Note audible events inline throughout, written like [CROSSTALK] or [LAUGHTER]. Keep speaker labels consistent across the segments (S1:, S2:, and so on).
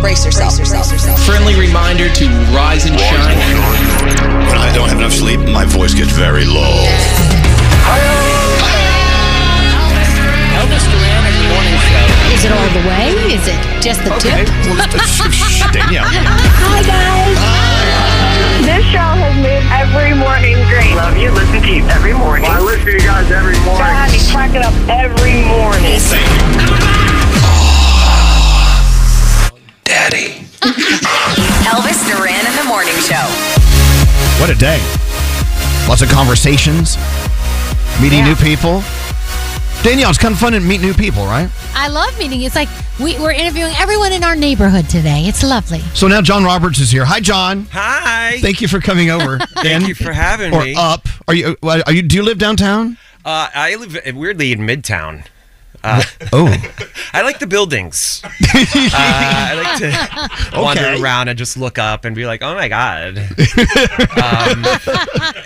S1: Brace yourself.
S2: Friendly reminder to rise and shine.
S3: When I don't have enough sleep, my voice gets very low.
S2: Elvis Duran and the Morning Show.
S4: Is it all the way? Is it just the tip? [LAUGHS]
S5: Hi, guys. This show has made every morning great. Love you. Listen to you every morning. I listen to you guys every morning. God, you crack it up every morning.
S2: Daddy.
S1: Elvis Duran in the morning show.
S6: What a day. Lots of conversations, meeting new people. Danielle, it's kind of fun to meet new people, right?
S4: I love meeting. you. It's like we, we're interviewing everyone in our neighborhood today. It's lovely.
S6: So now John Roberts is here. Hi, John.
S7: Hi.
S6: Thank you for coming over.
S7: [LAUGHS] Thank you for having
S6: or
S7: me.
S6: up. Are you? Are you? Do you live downtown?
S7: Uh, I live uh, weirdly in Midtown. Uh,
S6: Oh,
S7: [LAUGHS] I like
S6: [LAUGHS]
S7: the buildings. Uh, I like to wander
S6: Okay.
S7: around and just look up and be like, "Oh
S5: [LAUGHS]
S7: my god!" um,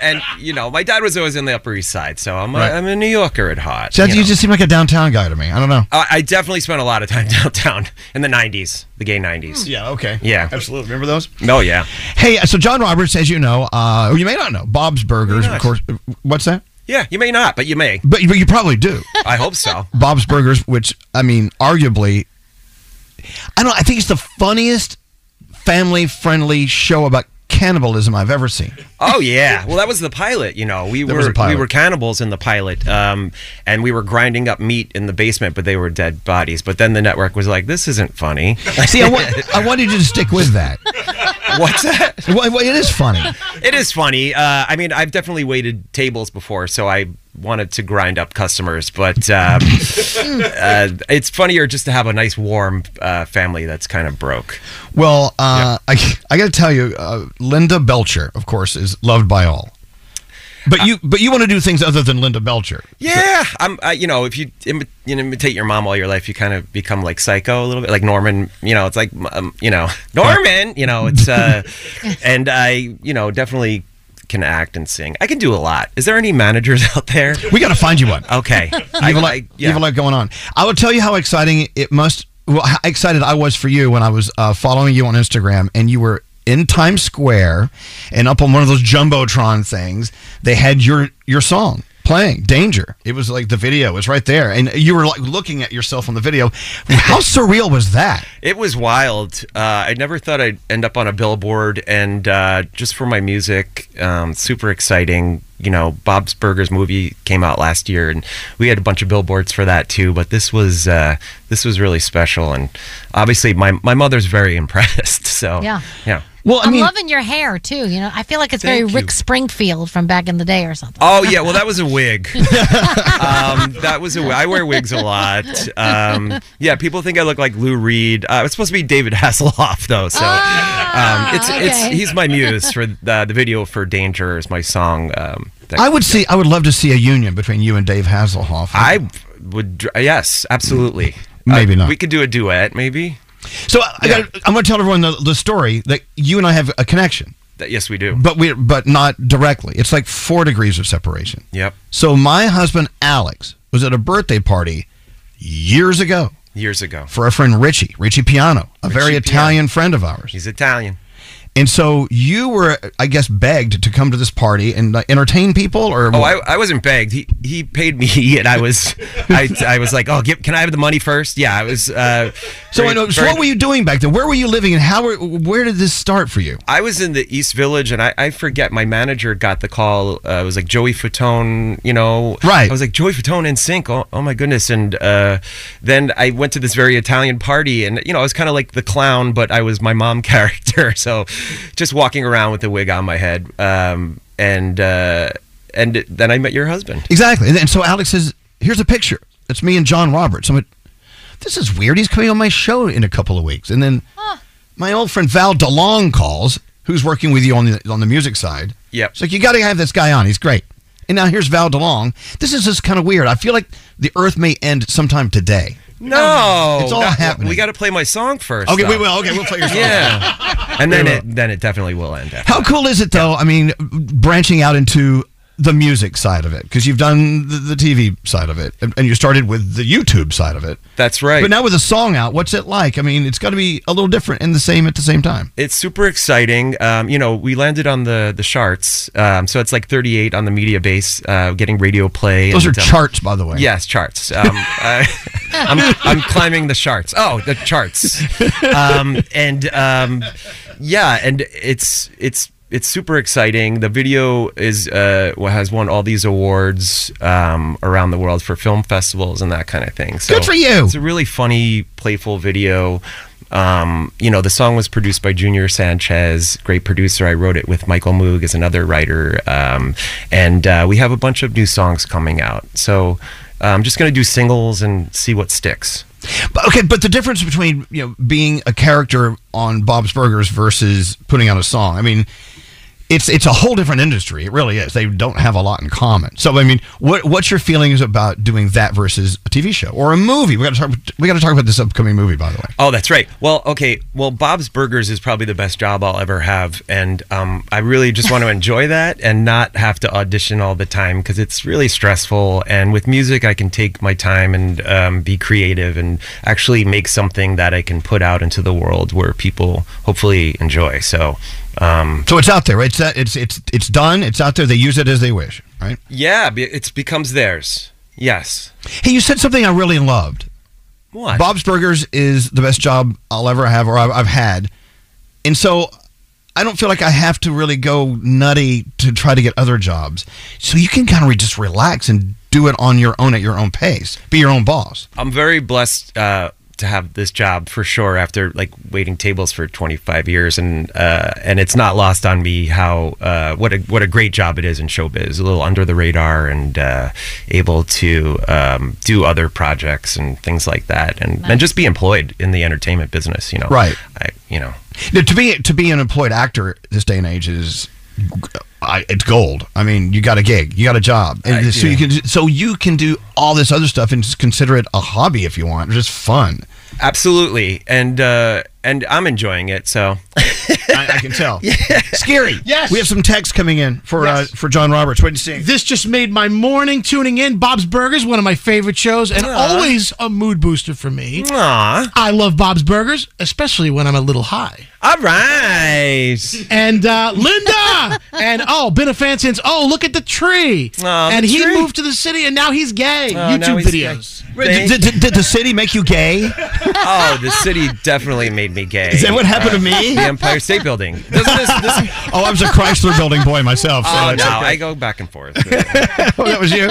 S7: and you know, my dad was always on the Upper East Side, so I'm a,
S6: Right.
S7: I'm a New Yorker at heart.
S6: Seth,
S7: you
S6: you
S7: know.
S6: just seem like a downtown guy to me. I don't know.
S7: Uh, I definitely spent a lot of time [LAUGHS] downtown in the '90s, the gay '90s.
S6: Yeah. Okay.
S7: Yeah.
S6: Absolutely. Remember those?
S7: Oh yeah.
S6: Hey, so John Roberts, as you know, uh, you may not know, Bob's Burgers, of
S7: not.
S6: course. What's that?
S7: Yeah, you may not, but you may.
S6: But, but you probably do.
S7: I hope so.
S6: Bob's Burgers, which I mean, arguably, I don't. I think it's the funniest family-friendly show about cannibalism I've ever seen.
S7: Oh yeah. Well, that was the pilot. You know, we
S6: There was
S7: were
S6: a pilot.
S7: we were cannibals in the pilot, um, and we were grinding up meat in the basement, but they were dead bodies. But then the network was like, "This isn't funny."
S6: See,
S7: [LAUGHS]
S6: I, wa- I wanted you to stick with that.
S7: What's that?
S6: Well, well, it is funny.
S7: It is funny. Uh, I mean, I've definitely waited tables before, so I wanted to grind up customers, but um, uh, it's funnier just to have a nice, warm uh, family that's kind of broke.
S6: Well, uh, I, I got to tell you, uh, Linda Belcher, of course, is loved by all. But you but you want to do things other than Linda Belcher.
S7: Yeah, I'm. I, you know, if you, imi- you know, imitate your mom all your life, you kind of become like psycho a little bit, like Norman. You know, it's like um, you know [LAUGHS] Norman. You know, it's uh, and I, you know, definitely can act and sing. I can do a lot. Is there any managers [LAUGHS] out there?
S6: We got to find you one.
S7: Okay,
S6: You
S7: [LAUGHS]
S6: have, a lot, you have a lot going on. I will tell you how exciting it must. Well, how excited I was for you when I was uh, following you on Instagram, and you were in Times Square, and up on one of those jumbotron things, they had your your song playing "Danger." It was like the video was right there, and you were like looking at yourself on the video. How surreal was that?
S7: It was wild. Uh, I never thought I'd end up on a billboard, and uh, just for my music, um, super exciting. You know, Bob's Burgers movie came out last year, and we had a bunch of billboards for that too. But this was uh, this was really special, and obviously, my my mother's very [LAUGHS] impressed. So
S4: Yeah.
S7: yeah.
S6: Well,
S4: I am loving your hair too. You know, I feel like it's very
S7: Thank you.
S4: Rick Springfield from back in the day or something.
S7: Oh yeah, well that was a wig. [LAUGHS] um, that was a wi- I wear wigs a lot. Um, yeah, people think I look like Lou Reed. Uh, it's supposed to be David Hasselhoff though. So
S5: Oh,
S7: um, it's
S4: Ah, okay.
S7: it's he's my muse for the, the video for Danger is my song. Um, that-
S6: I would see. I would love to see a union between you and Dave Hasselhoff.
S7: I would dr- yes absolutely Uh,
S6: Maybe not.
S7: We could do a duet maybe.
S6: So I, I gotta, I'm going to tell everyone the, the story that you and I have a connection.
S7: That, yes, we do.
S6: but we but not directly. It's like four degrees of separation.
S7: Yep.
S6: So my husband Alex was at a birthday party years ago
S7: Years ago,
S6: for a friend Richie, Richie Piano, a very
S7: Richie Piano.
S6: Italian friend of ours.
S7: he's Italian.
S6: And so you were, I guess, begged to come to this party and uh, entertain people, or
S7: Oh, I, I wasn't begged. He he paid me, [LAUGHS] and I was I, I was like, oh, give, can I have the money first? Yeah, I was. Uh,
S6: so I
S7: very-
S6: know. So
S7: very-
S6: what were you doing back then? Where were you living, and how? Were, where did this start for you?
S7: I was in the East Village, and I, I forget my manager got the call. Uh, it was like Joey Fatone, you know.
S6: Right.
S7: I was like Joey Fatone in sync. Oh, oh my goodness! And uh, then I went to this very Italian party, and you know I was kind of like the clown, but I was my mom [LAUGHS] character. So, just walking around with a wig on my head, um, and uh, and then I met your husband.
S6: Exactly. And, then, so Alex says, "Here's a picture. It's me and John Roberts." I'm like, "This is weird. He's coming on my show in a couple of weeks." And then my old friend Val DeLong calls, who's working with you on the on the music side.
S7: Yep.
S6: It's like you got to have this guy on. He's great. And now here's Val DeLong. This is just kind of weird. I feel like the Earth may end sometime today.
S7: No,
S6: It's all
S7: that-
S6: happening.
S7: We got to play my song first.
S6: Okay,
S7: though.
S6: we will. Okay, we'll play your song. [LAUGHS]
S7: Yeah, and then it then it definitely will end. after.
S6: How cool is it though? I mean, branching out into the music side of it because you've done the, the TV side of it, and and you started with the YouTube side of it.
S7: That's right.
S6: But now with a song out, what's it like? I mean, it's got to be a little different and the same at the same time.
S7: It's super exciting. Um, you know, we landed on the the charts, um, so it's like 38 on the media base, uh, getting radio play.
S6: Those are
S7: and, um,
S6: charts, by the way.
S7: Yes, charts.
S6: [LAUGHS]
S7: Um, I, [LAUGHS] I'm, I'm climbing the charts. Oh, the charts. Um, and um, yeah, and it's it's it's super exciting. The video is uh, has won all these awards um, around the world for film festivals and that kind of thing. So
S6: Good for you.
S7: It's a really funny, playful video. Um, you know, the song was produced by Junior Sanchez, great producer. I wrote it with Michael Moog as another writer. Um, and uh, we have a bunch of new songs coming out. So uh, I'm just going to do singles and see what sticks.
S6: But, okay, but the difference between you know being a character on Bob's Burgers versus putting out a song. I mean, it's it's a whole different industry. It really is. They don't have a lot in common. So I mean, what what's your feelings about doing that versus a TV show or a movie? We got to talk. We got to talk about this upcoming movie, by the way.
S7: Oh, that's right. Well, okay. Well, Bob's Burgers is probably the best job I'll ever have, and um, I really just want to enjoy that and not have to audition all the time because it's really stressful. And with music, I can take my time and um, be creative and actually make something that I can put out into the world where people hopefully enjoy. So, um,
S6: So it's out there. It's that. It's it's it's done. It's out there. They use it as they wish. Right.
S7: yeah, be- it becomes theirs. Yes.
S6: Hey, you said something I really loved.
S7: What?
S6: Bob's Burgers is the best job I'll ever have, or I've, I've had, and so I don't feel like I have to really go nutty to try to get other jobs. So you can kind of re- just relax and do it on your own at your own pace, be your own boss.
S7: I'm very blessed uh, to have this job for sure. After like waiting tables for 25 years, and uh, and it's not lost on me how uh, what a what a great job it is in showbiz. A little under the radar and uh, able to um, do other projects and things like that, and and just be employed in the entertainment business. You know,
S6: Right.
S7: I, you know,
S6: Now, to be to be an employed actor this day and age is I, it's gold. I mean, you got a gig, you got a job, and so you can so you can do all this other stuff and just consider it a hobby if you want, or just fun.
S7: Absolutely, and uh, and I'm enjoying it. So
S6: I, I can tell. Scary.
S8: Yes.
S6: We have some text coming in for uh, for John Roberts. What do you see?
S8: This just made my morning tuning in. Bob's Burgers, one of my favorite shows, and
S6: Aw.
S8: always a mood booster for me.
S7: Aww.
S8: I love Bob's Burgers, especially when I'm a little high.
S7: All right.
S8: And uh,
S6: [LAUGHS]
S8: Linda, and oh, been a fan since. Oh, look at the tree.
S6: Aw,
S8: and
S6: the
S8: he
S6: tree.
S8: moved to the city, and now he's gay.
S7: Oh, now
S8: YouTube
S7: he's
S8: videos.
S7: gay. Thank-
S6: Did, did- did the city make you
S8: [LAUGHS]
S6: gay?
S7: oh, the city definitely made me gay. Uh,
S6: Is that what happened to me?
S7: The Empire State Building. Doesn't this,
S6: [LAUGHS]
S7: this,
S6: Oh, I was a Chrysler Building boy myself. So
S7: oh,
S6: it's
S7: no,
S6: okay.
S7: I go back and forth.
S6: oh, that was
S8: [LAUGHS]
S6: you.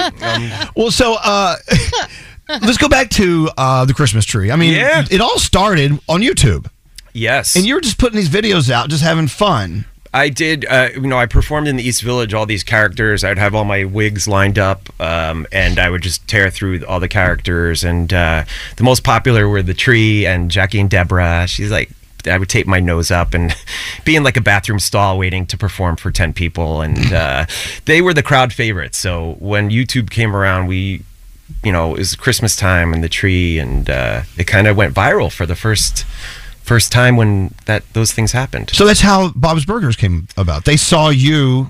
S6: well, so uh, [LAUGHS] let's go back to uh, the Christmas tree. I mean,
S7: Yeah.
S6: it all started on YouTube,
S7: Yes.
S6: and you were just putting these videos out, just having fun.
S7: I did. Uh, you know, I performed in the East Village. All these characters. I'd have all my wigs lined up, um, and I would just tear through all the characters. And uh, the most popular were the tree and Jackie and Deborah. She's like, I would tape my nose up and [LAUGHS] be in like a bathroom stall waiting to perform for ten people, and uh, they were the crowd favorites. So when YouTube came around, we. You know, it was Christmas time and the tree, and uh, it kind of went viral for the first first time when that those things happened.
S6: So that's how Bob's Burgers came about. They saw you,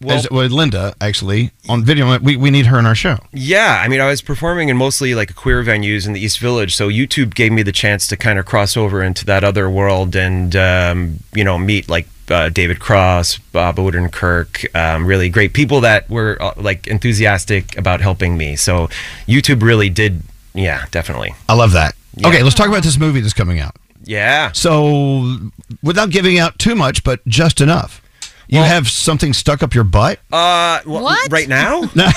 S7: Well-
S6: as, well, Linda actually on video. and went, We we need her in our show.
S7: Yeah, I mean, I was performing in mostly like queer venues in the East Village, so YouTube gave me the chance to kind of cross over into that other world and um, you know meet like uh, David Cross, Bob Odenkirk, um, really great people that were uh, like enthusiastic about helping me. So YouTube really did, yeah, definitely,
S6: I love that. Okay, let's talk about this movie that's coming out.
S7: yeah.
S6: So, without giving out too much, but just enough. You have something stuck up your butt? [LAUGHS]
S7: Uh, wh- Right now?
S6: No,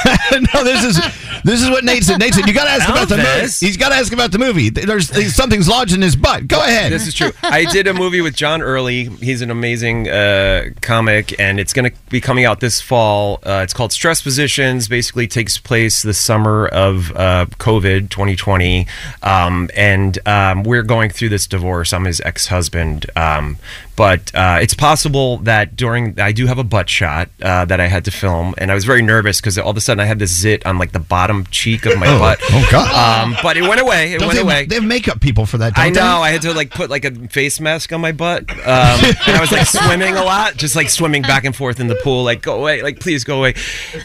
S6: no, this is this is what Nate said. Nate said you got to ask about the movie.
S7: Elvis.
S6: He's got to ask about the movie. There's there's- something's lodged in his butt. Go ahead.
S7: [LAUGHS] This is true. I did a movie with John Early. He's an amazing uh, comic, and it's going to be coming out this fall. Uh, it's called Stress Positions. Basically, takes place the summer of uh, COVID 2020, um, and um, we're going through this divorce. I'm his ex husband, um, but uh, it's possible that during I do have a butt shot uh, that I had to film, and I was very nervous because all of a sudden I had this zit on like the bottom cheek of my
S6: Oh,
S7: butt.
S6: oh, God.
S7: Um, but it went away. It
S6: Don't
S7: went
S6: they,
S7: away.
S6: They have makeup people for that. Don't
S7: I
S6: they?
S7: know. I had to like put like a face mask on my butt, um, and I was like swimming a lot, just like swimming back and forth in the pool, like go away, like please go away.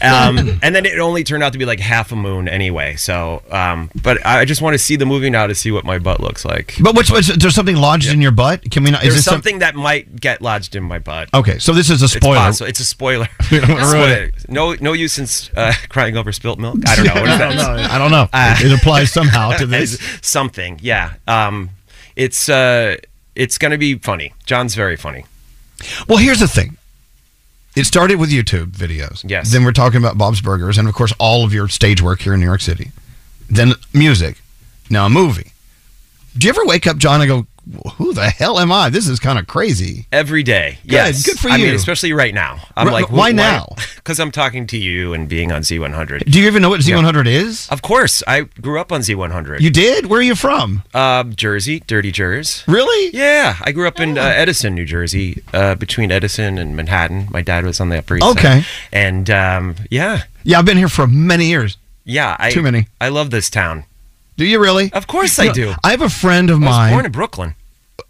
S7: Um, and then it only turned out to be like half a moon anyway. So, um, but I I just want to see the movie now to see what my butt looks like.
S6: But what's, what's there's something lodged in your butt? Can we not?
S7: There's
S6: is this some-
S7: something that might get lodged in my butt.
S6: Okay, so this is a
S7: It's
S6: spoiler.
S7: possible. It's, a spoiler.
S6: [LAUGHS] We don't wanna ruin
S7: Spoiler. No, no use in uh, crying over spilt milk.
S6: [LAUGHS]
S7: I don't know. What
S6: I
S7: is
S6: don't
S7: that? Ah.
S6: know. I don't know. it applies somehow
S7: [LAUGHS]
S6: to this.
S7: As something. Yeah. Um, it's uh, it's gonna be funny. John's very funny.
S6: Well, here's the thing. It started with YouTube videos.
S7: Yes.
S6: Then we're talking about Bob's Burgers and, of course, all of your stage work here in New York City. Then music. Now a movie. Do you ever wake up, John, and go, who the hell am I? This is kind of crazy.
S7: Every day. Yes.
S6: good for
S7: I mean,
S6: you.
S7: especially right now. I'm
S6: Right,
S7: like,
S6: but why now?
S7: Because I'm talking to you and being on Z100.
S6: Do you even know what Z100 is?
S7: Of course, I grew up on Z100.
S6: You did? Where are you from?
S7: uh, Jersey, Dirty Jers.
S6: Really?
S7: Yeah, I grew up in uh,
S6: Oh.
S7: Edison, New Jersey, uh, between Edison and Manhattan. My dad was on the Upper East Side.
S6: Okay.
S7: And um, yeah,
S6: Yeah, I've been here for many years.
S7: yeah. I,
S6: Too many.
S7: I love this town.
S6: Do you really?
S7: Of course I do.
S6: I have a friend of
S7: I was
S6: mine.
S7: born in Brooklyn.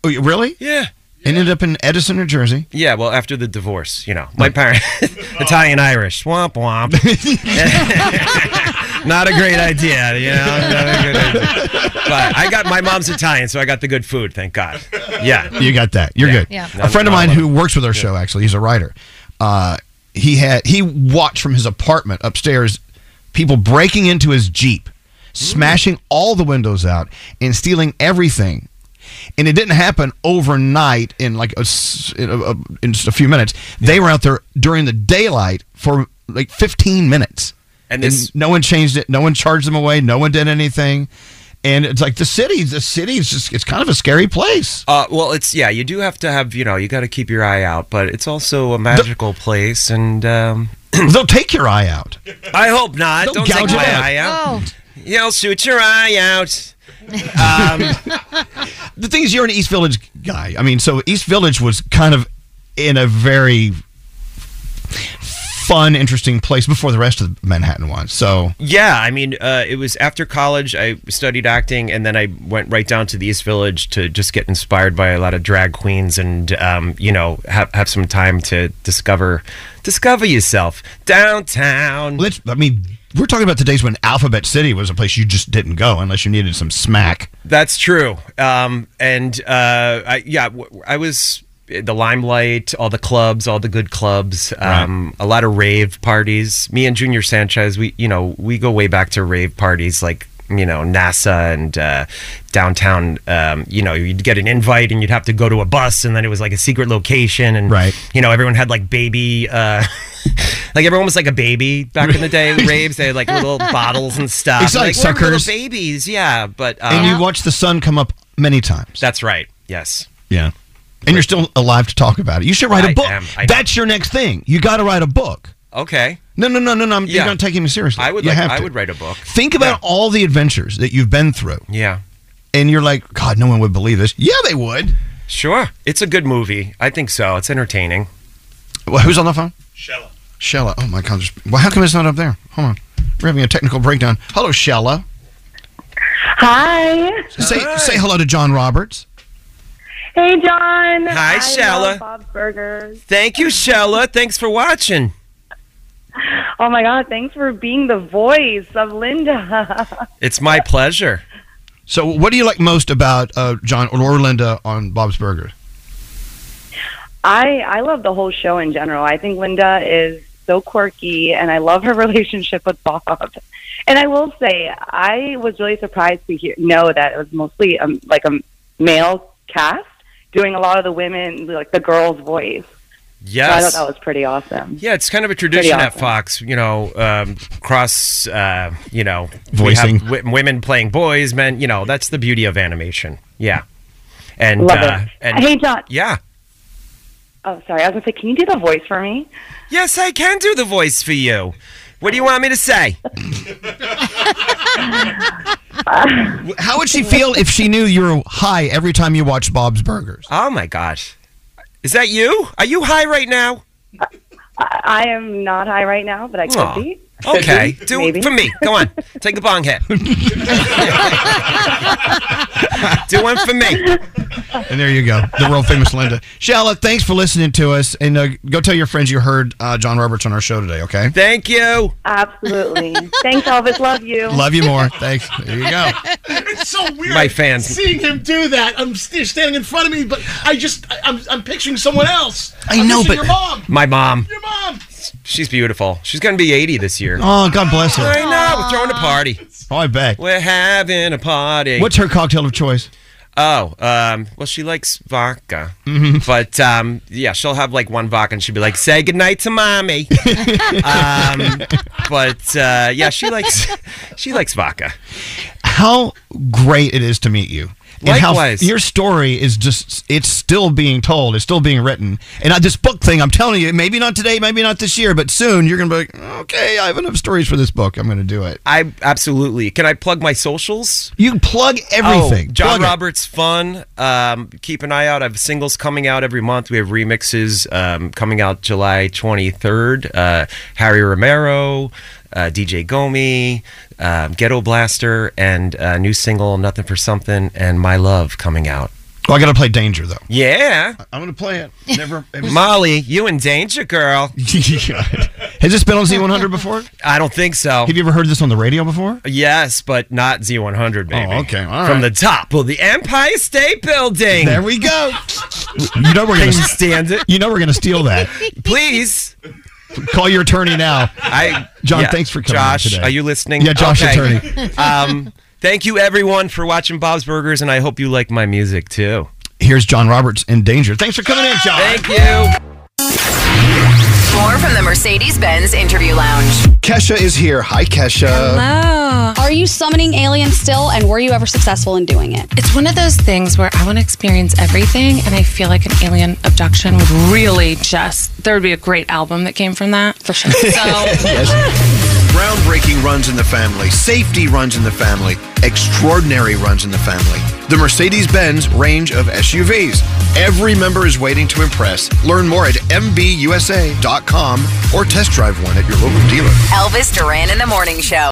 S6: Oh, you- really?
S7: Yeah.
S6: Ended up in Edison, New Jersey.
S7: Yeah, well, after the divorce, you know,
S6: [LAUGHS]
S7: my parents, [LAUGHS] Italian Irish, swamp womp. Not a great idea, you know. Not a good
S6: [LAUGHS]
S7: idea. But I got my mom's Italian, so I got the good food, thank God. Yeah.
S6: [LAUGHS] You got that. You're good.
S4: Yeah.
S6: A friend of mine who works with our show actually, he's a writer. Uh, he had he watched from his apartment upstairs people breaking into his Jeep, smashing all the windows out and stealing everything. And it didn't happen overnight in like a, s- in a- a- in just a few minutes. They were out there during the daylight for like 15 minutes.
S7: And this-
S6: no one changed it. No one charged them away. No one did anything. And it's like the city, the city is just, it's kind of a scary place.
S7: Uh, well, it's, yeah, you do have to have, you know, you got to keep your eye out, but it's also a magical place, and um,
S6: [CLEARS THROAT] They'll take your eye out.
S7: I hope not. Don't,
S6: Don't
S7: take
S6: gouge
S7: my
S6: it out.
S7: eye out.
S4: Oh,
S7: You'll shoot your eye out. Um,
S6: The thing is, you're an East Village guy. I mean, so East Village was kind of in a very fun, interesting place before the rest of the Manhattan one. So
S7: Yeah, I mean, uh, it was after college. I studied acting, and then I went right down to the East Village to just get inspired by a lot of drag queens, and um, you know, have have some time to discover discover yourself downtown.
S6: Let's, I mean, we're talking about the days when Alphabet City was a place you just didn't go unless you needed some smack.
S7: That's true. Um, and uh, I, yeah, w- I was the limelight, all the clubs, all the good clubs, um, a lot of rave parties. Me and Junior Sanchez, we you know we go way back to rave parties like you know NASA and uh, downtown. Um, you know, you'd get an invite and you'd have to go to a bus, and then it was like a secret location, and right. you know everyone had like baby. Uh, [LAUGHS] Like everyone was like a baby back in the day.
S6: [LAUGHS]
S7: Raves, they had like little bottles and stuff.
S6: It's like
S7: "We're little
S6: suckers."
S7: babies, yeah. But um,
S6: and you watch the sun come up many times.
S7: that's right. Yes.
S6: Yeah. And you're still alive to talk about it. You should write a
S7: I
S6: book.
S7: am. I know.
S6: That's your next thing. You got to write a book.
S7: Okay.
S6: No, no, no, no, no. I'm,
S7: Yeah.
S6: You're not taking me seriously.
S7: I would.
S6: You
S7: like,
S6: have
S7: I
S6: to.
S7: would write a book.
S6: Think about all the adventures that you've been through.
S7: Yeah.
S6: And you're like, God, no one would believe this. Yeah, they would.
S7: Sure. It's a good movie. I think so. It's entertaining.
S6: Well, who's on the phone? Shella. Shella. Oh, my God. there's- Well, how come it's not up there? Hold on. We're having a technical breakdown. Hello, Shella.
S5: Hi.
S6: Say, say hello to John Roberts.
S5: Hey, John.
S7: Hi,
S5: I
S7: Shella.
S5: love Bob's Burgers.
S7: Thank you, Shella. Thanks for watching.
S5: [LAUGHS] Oh my God! Thanks for being the voice of Linda. [LAUGHS]
S7: It's my pleasure.
S6: So, what do you like most about uh, John or Linda on Bob's Burgers?
S5: I I love the whole show in general. I think Linda is so quirky, and I love her relationship with Bob. And I will say, I was really surprised to hear know that it was mostly um, like a male cast doing a lot of the women, like the girls' voice. So I
S7: Yes.
S5: thought that was pretty awesome.
S7: yeah, it's kind of a
S5: Pretty
S7: tradition at
S5: awesome.
S7: Fox, you know, um, cross, uh, you know,
S6: Voicing.
S7: we have w- women playing boys, men, you know, that's the beauty of animation. Yeah. And,
S5: Love
S7: uh,
S5: it.
S7: and
S5: hey, John.
S7: yeah.
S5: Oh, sorry. I was gonna say, can you do the voice for me?
S7: Yes, I can do the voice for you. What do you want me to say?
S6: How would she feel if she knew you were high every time you watched Bob's
S8: [LAUGHS]
S6: Burgers?
S7: Oh my gosh. Is that you? Are you high right now?
S5: I, I am not high right now, but I could
S7: Aw.
S5: be. Could
S7: Okay.
S5: be,
S7: Do
S5: maybe.
S7: it for me. Go on. Take the bong hit. Do one for me.
S6: And there you go, the world famous Linda. Shala, thanks for listening to us, and uh, go tell your friends you heard uh, John Roberts on our show today. Okay,
S7: Thank you. [LAUGHS]
S5: Absolutely. Thanks, Elvis. Love you.
S6: love you more. Thanks. There you
S8: [LAUGHS]
S6: go.
S8: it's so weird.
S7: My fans.
S8: Seeing him do that, I'm st- standing in front of me, but I just, I, I'm, I'm picturing someone else.
S6: I
S8: I'm
S6: know, but-
S8: picturing your mom.
S7: My mom.
S8: Your mom.
S7: She's beautiful. She's going to be 80 this year.
S6: Oh, God bless her.
S7: I know. We're throwing a party.
S6: Oh, I bet.
S7: We're having a party.
S6: What's her cocktail of choice?
S7: Oh, um, well, she likes vodka.
S5: Mm-hmm.
S7: But um, yeah, she'll have like one vodka and she'll be like, say goodnight
S5: [LAUGHS]
S7: to mommy. um, but uh, yeah, she likes [LAUGHS] she likes vodka.
S6: How great it is to meet you. And how
S7: Likewise.
S6: your story is just, it's still being told. It's still being written. And I, this book thing, I'm telling you, maybe not today, maybe not this year, but soon you're going to be like, okay, I have enough stories for this book. I'm going to do it.
S7: I absolutely. Can I plug my socials?
S6: You can plug everything.
S7: Oh, John
S6: Plug it.
S7: Roberts Fun. Um, keep an eye out. I have singles coming out every month. We have remixes um, coming out July 23rd. Uh, Harry Romero, uh, DJ Gomi, um, Ghetto Blaster, and a new single, Nothing for Something, and My Love coming out.
S6: Well, I got to play Danger, though.
S7: Yeah.
S6: I'm going to play
S7: [LAUGHS]
S6: it. Never. [LAUGHS]
S7: Molly, you in danger, girl.
S6: Has this been on Z100 before?
S7: I don't think so.
S6: Have you ever heard this on the radio before?
S7: Yes, but not Z100, baby.
S6: Oh, okay, all
S7: From
S6: right.
S7: the top of the Empire State Building.
S6: There we go. You know we're
S7: Can
S6: gonna.
S7: you stand it?
S6: You know we're gonna steal that.
S7: [LAUGHS] Please.
S6: Call your attorney now.
S7: I
S6: John, thanks for coming in
S7: Josh,
S6: today.
S7: are you listening?
S6: Yeah, Josh, attorney.
S7: um, thank you everyone for watching Bob's Burgers, and I hope you like my music too.
S6: Here's John Roberts in danger. Thanks for coming in, John.
S7: Thank you.
S1: More from the Mercedes Benz interview lounge.
S6: Kesha is here. Hi, Kesha.
S9: Are you summoning aliens still, and were you ever successful in doing it?
S10: It's one of those things where I want to experience everything, and I feel like an alien abduction would really just, there would be a great album that came from that. For sure. So
S6: Groundbreaking runs in the family. Safety runs in the family. Extraordinary runs in the family. The Mercedes Benz range of SUVs. Every member is waiting to impress. Learn more at MBUSA.com or test drive one at your local dealer.
S1: Elvis Duran in the Morning Show.